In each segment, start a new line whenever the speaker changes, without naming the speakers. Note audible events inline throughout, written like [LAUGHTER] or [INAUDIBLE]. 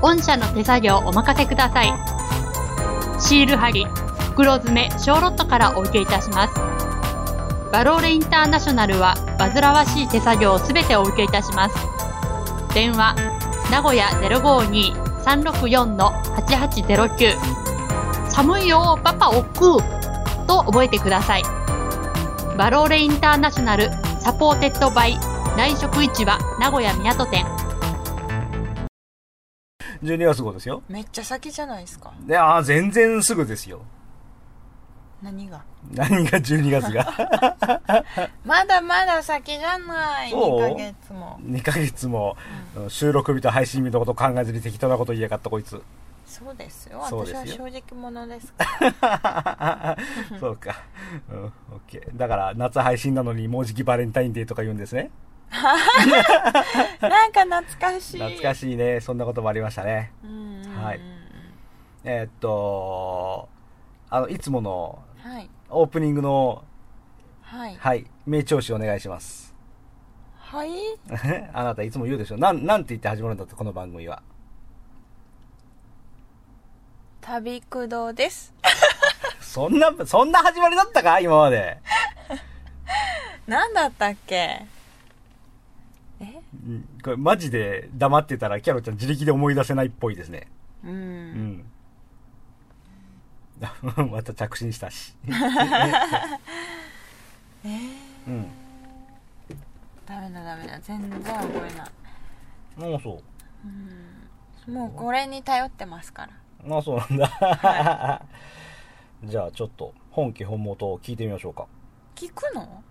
御社の手作業お任せください。シール貼り、袋詰め、小ロットからお受けいたします。バローレインターナショナルは、煩わしい手作業をすべてお受けいたします。電話、名古屋052-364-8809。寒いよ、パパ、おっくうと覚えてください。バローレインターナショナルサポーテッドバイ内職市場名古屋港店
12月号ですよ。
めっちゃ先じゃないですか
で、ああ、全然すぐですよ。 [LAUGHS]
何が
何が12月が。
まだまだ先じゃない
そう
2ヶ月も
2ヶ月も、収録日と配信日のこと考えずに適当なこと言いやがったこいつ。
そうですよ
そう
私
ですよ
は正直者です [LAUGHS] から
そうか。うん、オッケー。だから、夏配信なのにもうじきバレンタインデーとか言うんですね。
なんか懐かしい
懐かしいね。そんなこともありましたね。
うんうんうん
はいえーっと、あの、いつもの
はい
オープニングの、
はい
はい、名調子お願いします。 [LAUGHS]
はい
あなたいつも言うでしょ。なん、なんて言って始まるんだって、この番組は。
旅くどです [LAUGHS]
そんな、そんな始まりだったか今まで。
何だったっけえ
うんこれマジで黙ってたらキャロちゃん自力で思い出せないっぽいですね。
う
うんん。 [LAUGHS] また着信した
[LAUGHS]
し。
えー、
うん。
ダメだダメだ全然覚えない
ああ、そ
うんもうこれに頼ってますから
う。ああ、そうなんだ。 [LAUGHS] じゃあちょっと本家本元を聞いてみましょうか。
聞くの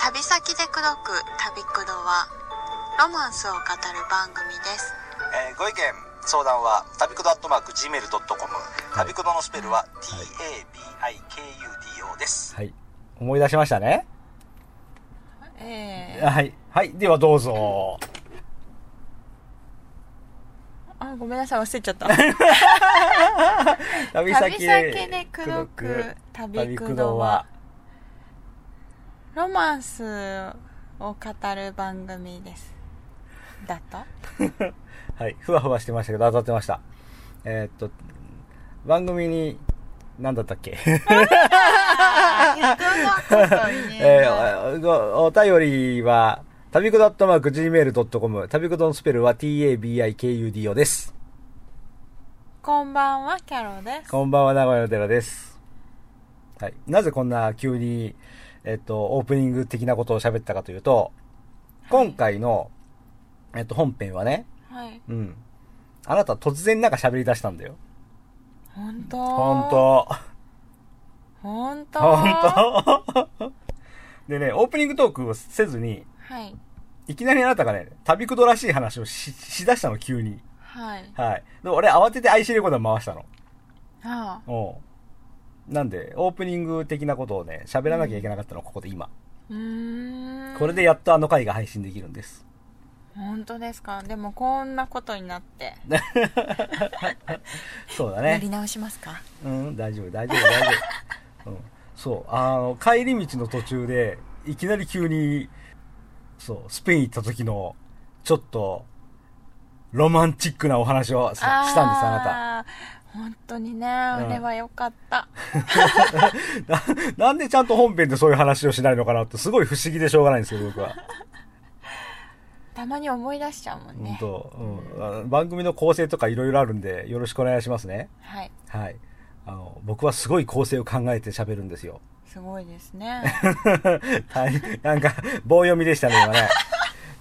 旅先で口説く旅くどはロマンスを語る番組です
えーご意見相談は旅くどアットマーク Gmail.com 旅くどのスペルは TABIKUDO です、
はい。思い出しましたね
ええ
はい。はい。ではどう
[LAUGHS]
ぞ。
あごめんなさい忘れち
[LAUGHS]
ゃった
旅
旅先で口説く旅くどはロマンスを語る番組ですだと
[LAUGHS] はい、ふわふわしてましたけど、当たってました。えーっと、番組に、なんだったっけ、 [LAUGHS] えーおおお便りは、旅くどアットマーク gmail.com。旅くどのスペルは tabikudo です。
こんばんはキャロです
こんばんは、名古屋の寺です。はい。なぜこんな急に、えっと、オープニング的なことを喋ったかというと、今回の、えっと、本編はね、
はい
うん。あなた突然なんか喋り出したんだよ。
本当
本当
本当
本当 [LAUGHS] でね、オープニングトークをせずに、
はい
いきなりあなたがね、旅くどらしい話をし、しだしたの、急に。
はい
はい。で、俺慌てて IC レコーダー回したの。
ああ
おうなんで、オープニング的なことをね、喋らなきゃいけなかったの、ここで今。
うーん
これでやっとあの回が配信できるんです。
本当ですかでもこんなことになって、
そうだ
や
ね
り。直しますか
うん、大丈夫、大丈夫、大丈夫。うん、そう、あの、帰り道の途中で、いきなり急に、そう、スペイン行った時の、ちょっと、ロマンチックなお話をさしたんです、あ
あなた本当にね、
ん
あれは良かった
なたな。なんでちゃんと本編でそういう話をしないのかなって、すごい不思議でしょうがないんですけど、僕は。
たまに思い出しちゃうもん
本
ね
当、うんあの、番組の構成とかいろいろあるんで、よろしくお願いしますね。
はい
はい。あの、僕はすごい構成を考えて喋るんですよ。
すごいで
[LAUGHS]
すね
はい。なんか、棒読みでしたね、今
[LAUGHS]
ね。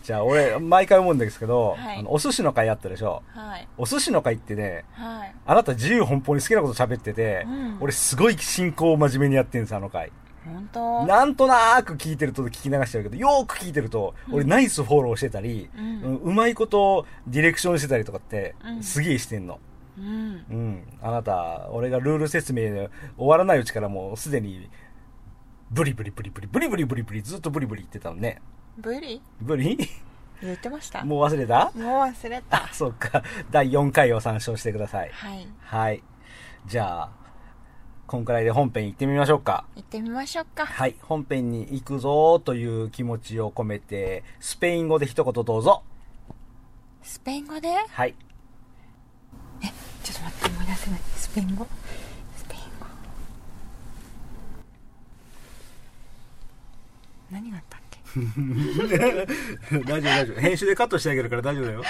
じゃあ、俺、毎回思うんですけど、
はい
あのお寿司の会あったでしょ。
はい
お寿司の会ってね、
はい
あなた自由奔放に好きなこと喋ってて、
うん
俺すごい進行を真面目にやってるんです、あの回。
本当
なんとなーく聞いてると聞き流してるけど、よーく聞いてると、俺ナイスフォローしてたり、う
うん
んうまいことディレクションしてたりとかって、
うん
すげえしてんの。
うん
うん。あなた、俺がルール説明で終わらないうちからもうすでに、ブリブリブリブリブリブリブリブリずっとブリブリ言ってたのね。
ブリ
ブリ [LAUGHS]
言ってましたも
もう忘れた
う忘れた
あ、そっか。第4回を参照してください。
はい
はい。じゃあ、こんくらいで本編行ってみましょうか。
行ってみましょうか
はい、本編に行くぞーという気持ちを込めて、スペイン語で一言どうぞ。
スペイン語で
はい。
ちょっと待って思い出せないスペイン語スペイン語何があったっけ
大丈夫大丈夫。編集でカットしてあげるから大丈夫だよ。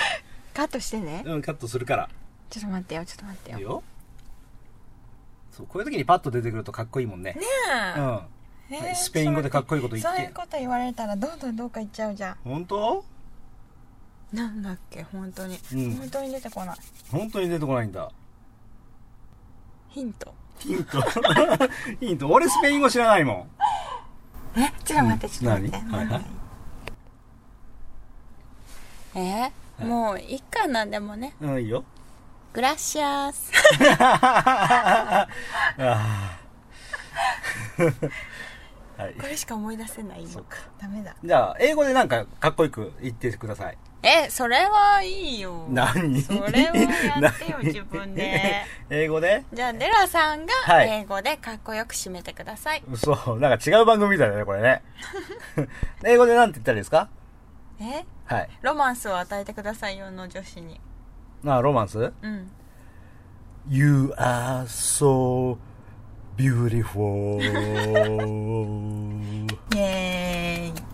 カットしてね
うん、カットするから。
ちょっと待ってよちょっと待ってよ
いいよ。そう、こういう時にパッと出てくるとかっこいいもんね。ねうん。
え
はいスペイン語でかっこいいこと言って
そういうこと言われたらどんどんどっか行っちゃうじゃん
本当
なんだっけ本当に、
うん
本当に出てこない
本当に出てこないんだ。
ヒント
ヒント。 [LAUGHS] ヒント。俺スペイン語知らないも
えちょっと待ってちょっと待って、
何はいはい
え
い
もういいかなでもね
ん。うん、いいよ。 [LAUGHS]
グラシアス
あー [LAUGHS] はい
こ。れしか思い出せない
そう
よ
か
ダメだ
じゃあ、英語でなんかかっこよく言ってください。
えそれはいいよ
何
それをやってよ
[LAUGHS] 何
自分で
[LAUGHS] 英語で
じゃあデラさんが
はい
英語でかっこよく締めてください、
嘘。なんか違う番組みたいだね、これね。英語でなんて言ったらいいですか
え
はい。
ロマンスを与えてくださいよの女子に
なあ、ロマンス
うん
?You are so beautiful.
イエーイ
[LAUGHS]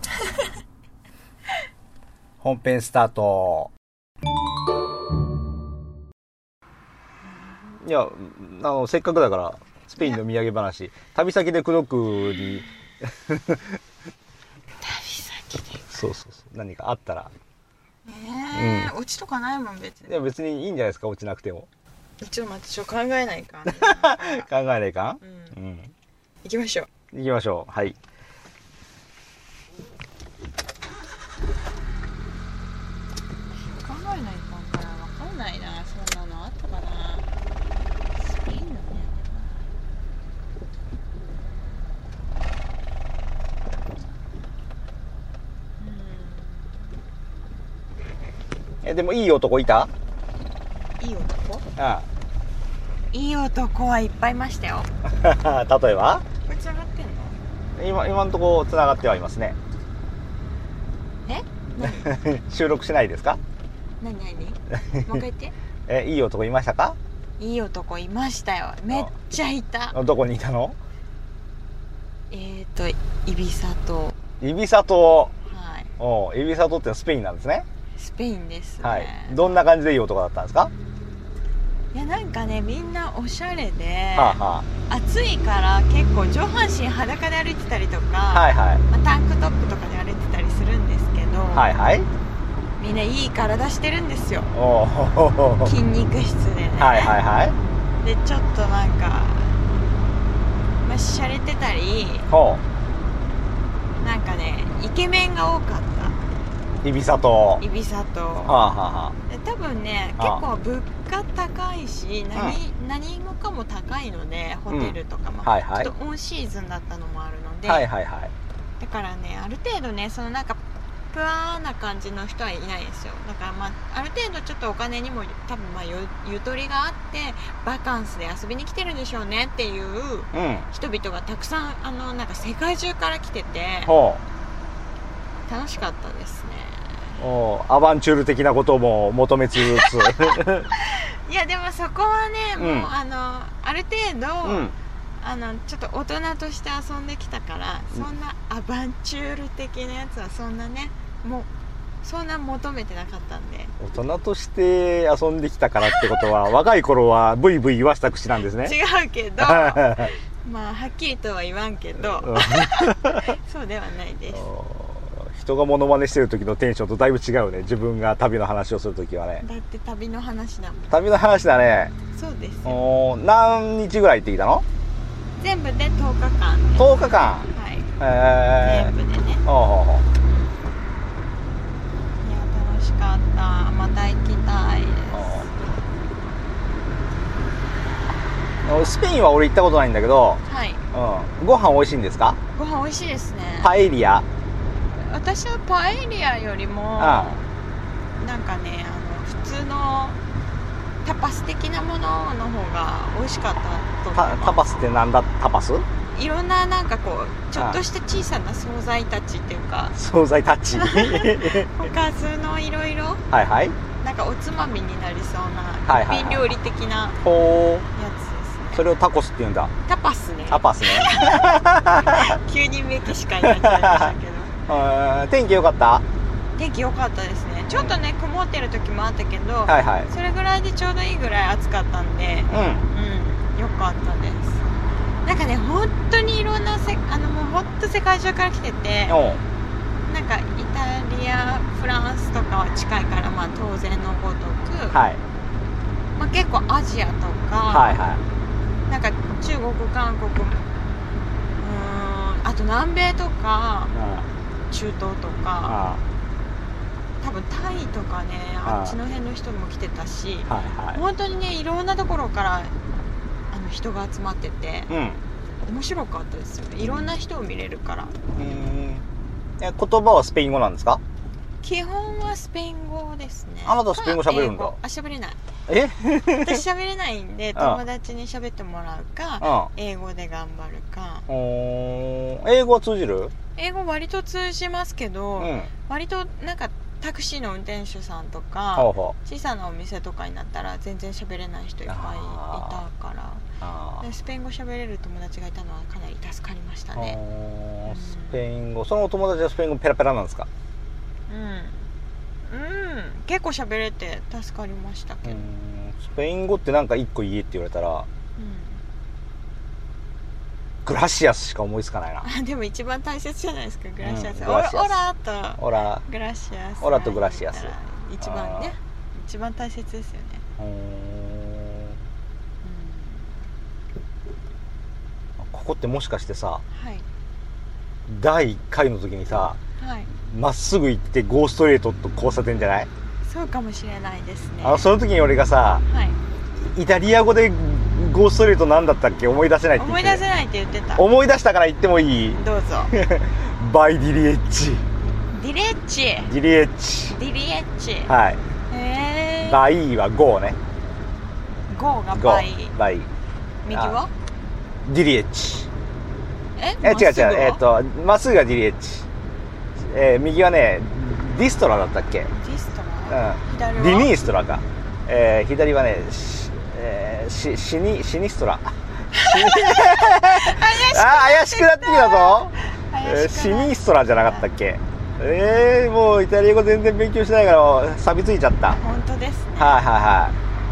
本編スタート。いや、あの、せっかくだから、スペインの土産話、旅先で口説くに、
旅先で
そうそうそう、何かあったら。
えーオチとかないもん別
いや、別にいいんじゃないですか、落ちなくても。
ちょっと待ってちょっと考えないかん
[LAUGHS] 考えないか
うん
んうん。
行きましょう
行きましょう。はい。
考えないかんなわかんないなそんなのあったかなスペインのね
え、でもいい男いたあ
いい男
あ。
いい男はいっぱいいましたよ
[LAUGHS] 例えば
これつながってんの
今、今のところ繋がってはいますね。
え
[LAUGHS] 収録しないですか
何何何もう一回言 [LAUGHS] って
え、いい男いましたか
いい男いましたよめっちゃいた
どこにいたの
えっ、ー、とイビサと
イビサ島。
はい
おうエビサ島ってのはスペインなんですね。
スペインですね、
はい。どんな感じでいい男だったんですか、
いやなんかねみんなおしゃれで、
はあ、は
暑いから結構上半身裸で歩いてたりとか、
あ、はいはい。
まあ、タンクトップとかで歩いてたりするんですけど、
はいはい。
みんないい体してるんですよ
おうほほほ
筋肉質でね、
はいはいはい。
でちょっとなんかまあしゃれてたり
ほ
なんかねイケメンが多か
う。
っ
イビサ島。は
たイビサ
あ、
と
はあは
で多分ね結
あ
構物価高いし何,、何もかも高いのでホテルとかも、
はいはい
ちょっとオンシーズンだったのもあるの
あ、
で、
はいはいはい。
だからねある程度ねそのなんかプアな感じの人はいないですよだからまあある程度ちょっとお金にも多分まあゆゆとりがあってバカンスで遊びに来てるんでしょうねっていう
うん。
人々がたくさんあのなんか世界中から来てて
ほ
楽しかったですね
う。おうアバンチュール的なことも求めつ
[LAUGHS]
つ。
いやでもそこはね、
うん
もうあのある程
う
度、
ん。
あのちょっと大人として遊んできたから
うん
そんなアバンチュール的なやつはそんなねもうそんな求めてなかったんで
大人として遊んできたからってことは、若い頃はブイブイ言わした口なんですね。
違う
[LAUGHS]
けど
は
まあはっきりとは言わんけ
[LAUGHS]
ど
い
そうではないです
人がモノマネしてる時のテンションとだいぶ違うね。自分が旅の話をする時はね。
だって旅の話だもん
旅の話だね。
そうですよ
おー何日ぐらい行ってきたの
全部で10日間で
?10 日間。
はい
え
全部でねい
ー。おうほうほう
や楽しかったまた行きたいで
おうスペインは俺行ったことないんだけど、
すはい
うん、ご飯美味しいんですか
ご飯美味しいですね
パエリア
私はパエリアよりも
あ
なんかねあの普通のタパス的なものの方が美味しかったと思
タ
い
タ
ま
パスってなんだタパス
すいろんななんかこうちょっとした小さな惣菜たちっていうか
惣菜タッチは
おかずのいろいろ
いはい
なんかおつまみになりそう
は
ない
はいはい
一品料理的な
ほ
や
う
つです
そ
ね
れをタコスって言うんだ
タパスね
タパスね
急にメキシカンになっちゃいましたけ
[LAUGHS]
ど
あー天気良かった
天気良かったですねちょっとね曇ってる時もあったけど、
はいはい
それぐらいでちょうどいいぐらい暑かったんで
うん
うん良かったですなんかね本当にいろんなせあのもう本当世界中から来てて
おう
なんかイタリアフランスとかは近いからまあ当然のごとく、
はい
まあ、結構アジアと
はい
か、
は
なんか中国韓国うーんあと南米とか
いうん
中東とか
あ
多分タイとかね
あ
あっちの辺の人も来てたし
ーはいは
本当にねいろんなところからあの人が集まってて
いうん
面白かったですよねいろんな人を見れるから
え言葉はスペイン語なんですか
基本はスペイン語ですね
あなたスペイン語喋るんだ
か英語あ喋れない
え
私喋れない
[LAUGHS]
んで友達に喋ってもらうか
うん
英語で頑張るか
おー英語は通じる
英語割と通じますけ
う
ど、
ん
割となんかタクシーの運転手さんと
ほう
か
ほう
小さなお店とかになったら全然喋れない人いっぱいい
あ
たから
あー
でスペイン語喋れる友達がいたのはかなり助かりましたね
あースペイン語そのお友達はスペイン語ペラペラなんですか
うん、うん、結構喋れて助かりましたけど、
スペイン語ってなんか一個言えって言われたらグラシアスしか思いつかないな
うん、あでも一番大切じゃないですかグラシアス、
うん
オ
グラ
ラ
シアス
オラと
ほら
グラシアス
オラとグラシアス
一番
あ
ね一番大切ですよね、
うーんここってもしかしてさ
うん、はい
第1回の時にさ
はい
まっすぐ行ってゴーストレートと交差点じゃない
そうかもしれないですね
あのその時に俺がさ
はい
イタリア語でゴーストレートなんだったっけ思い出せないって言っ
思い
て
出せないって言ってたどう
思い出したから言ってもいい [LAUGHS]
ぞ
バイディリエッチ
ディレッチデ
ディリエッチ
ィリエッチ
はい
へえ
バイはゴーね
ゴーが
ゴ
バイ
ーバイ
右は
ディリエッチ
え
え違う違うえっ、
デ
とまっすぐがディリエッチ、えー右はねディストラだったっけ、うん、
ィスト
デ
ラ左は
ィ
[LAUGHS]
ニーストラか、えー左はねし,、えーしシニシニストラあー怪しくなってきたぞ、えー
怪し
シ
くない
ニストラじゃなかったっけえー、もうイタリア語全然勉強しないから錆びついちゃったはい
本当ですね
はいは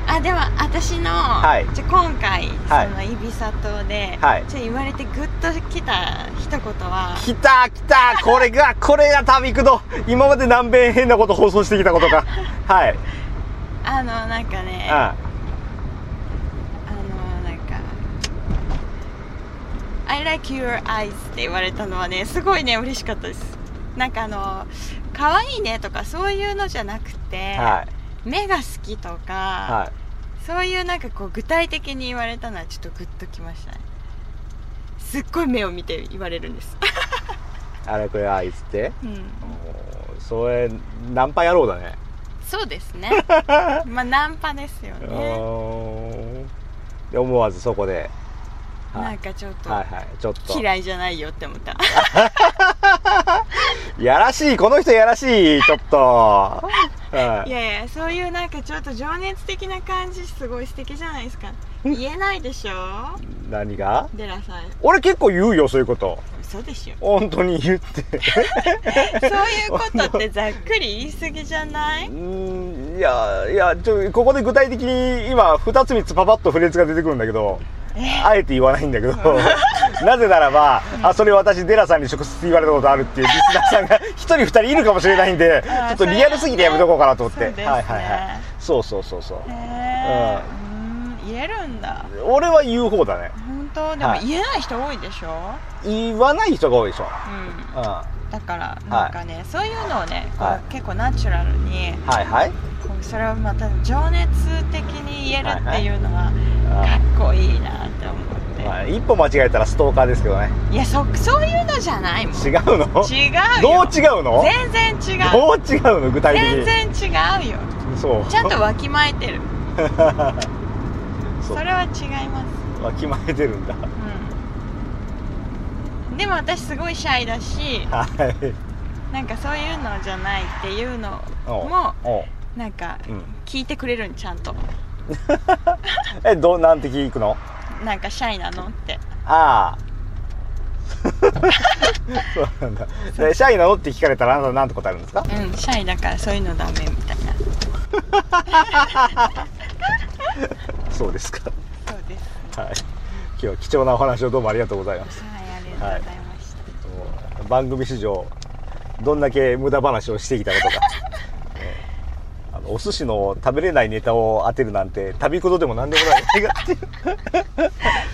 あでは私の、
い
じゃあ今回、
はい
そのイビサ島で、
はい
ちょっと言われてグッときた一言はい
来た来たこれがこれが旅くど今まで南米変なこと放送してきたことかはい
あのなんかねあ
あ
のなんか「I like your eyes」って言われたのはねすごいね嬉しかったですなんかあの「可愛いね」とかそういうのじゃなくて、
はい
目が好きとか、
はい
そういうなんかこう具体的に言われたのはちょっとグッときましたねすっごい目を見て言われるんです、
あれこれあいつって
うん
もうそれナンパ野郎だね
そうです
[LAUGHS]
ねまあナンパですよ
う
ね
ーんで思わずそこでは
ないんかちょっと
はいはいちょっと
嫌いじゃないよって思った
やらしいこの人やらしいちょっと、はいい、
やいやそういうなんかちょっと情熱的な感じすごい素敵じゃないですか言えないでしょ
何が
デラさん
俺結構言うよそういうこと
嘘
[LAUGHS]
でしょ
本当に言って
そういうことってざっくり言い過ぎじゃな
う
い
ーんいやいやちょここで具体的に今2つ3つパパッとフレーズが出てくるんだけどあえて言わないんだけど [LAUGHS] なぜならば、あそれ私デラさんに直接言われたことあるっていうリスナーさんが [LAUGHS] 一人二人いるかもしれないんでち
あ
ょっとリアルすぎてやめとこうかなと思っ
そう
て、
ですね
はいはいはいそうそうそうそう
へえうん言えるんだ
俺は言う方だね
本当でも
はい
言えない人多いでしょ、
言わない人が多いでしょ、
うん
うん、は
だからなんかね、そういうのをねこう、
はい
結構ナチュラルに
いはい
こうそれをまた情熱的に言えるっていうのはか
あ
っこいいなって思って、
まあ、一歩間違えたらストーカーですけどね
い、やそそういうのじゃないもん
違うの
違う
ど
よ
う違うの
全然違う
どう違うの具体的に
全然違うよ
そう
ちゃんとわきまえてる
そう
それは違います
わき [LAUGHS] まえてるんだ
うんでも私すごいシャイだし
はい
なんかそういうのじゃないっていうの
お
も
おう [LAUGHS]
なんか
うん
聞いてくれるんちゃんと
えどうなんて聞くの
なんかシャイなのって
ああ [LAUGHS] そうなんだでシャイなのって聞かれたらあなたなんて答えるんですか
うんシャイだからそういうのダメみたいな
そうですか
そうです
はい今日は貴重なお話をどうもありがとうございます
はいありがとうございました、
もう番組史上どんだけ無駄話をしてきたのとかあのお寿司の食べれないネタを当てるなんて旅事でも何でも
[LAUGHS]
ないっていう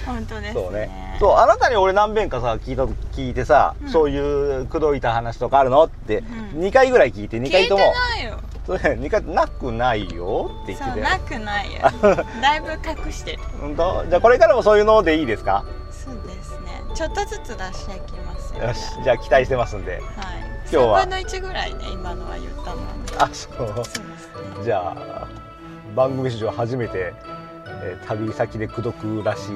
本当ですね
そうねそうあなたに俺何遍かさ聞いた聞いてさ、
うん
そういう口説いた話とかあるのって
うん
2回ぐらい聞いて2
聞い
回
て
とも
ないよ
それ2回なくないよって言
そう
って
な
て [LAUGHS]
くないよだいぶ隠してる
本当じゃあこれからもそういうのでいいですか
そうですねちょっとずつ出していきますよ
よしじゃあ期待してますんで
はい
今日は
3分の1ぐらいね今のは言ったのはね
あそう
そうですね
じゃあ番組史上初めて、えー旅先で口説くらしい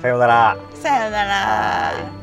さようなら
さよなら
はい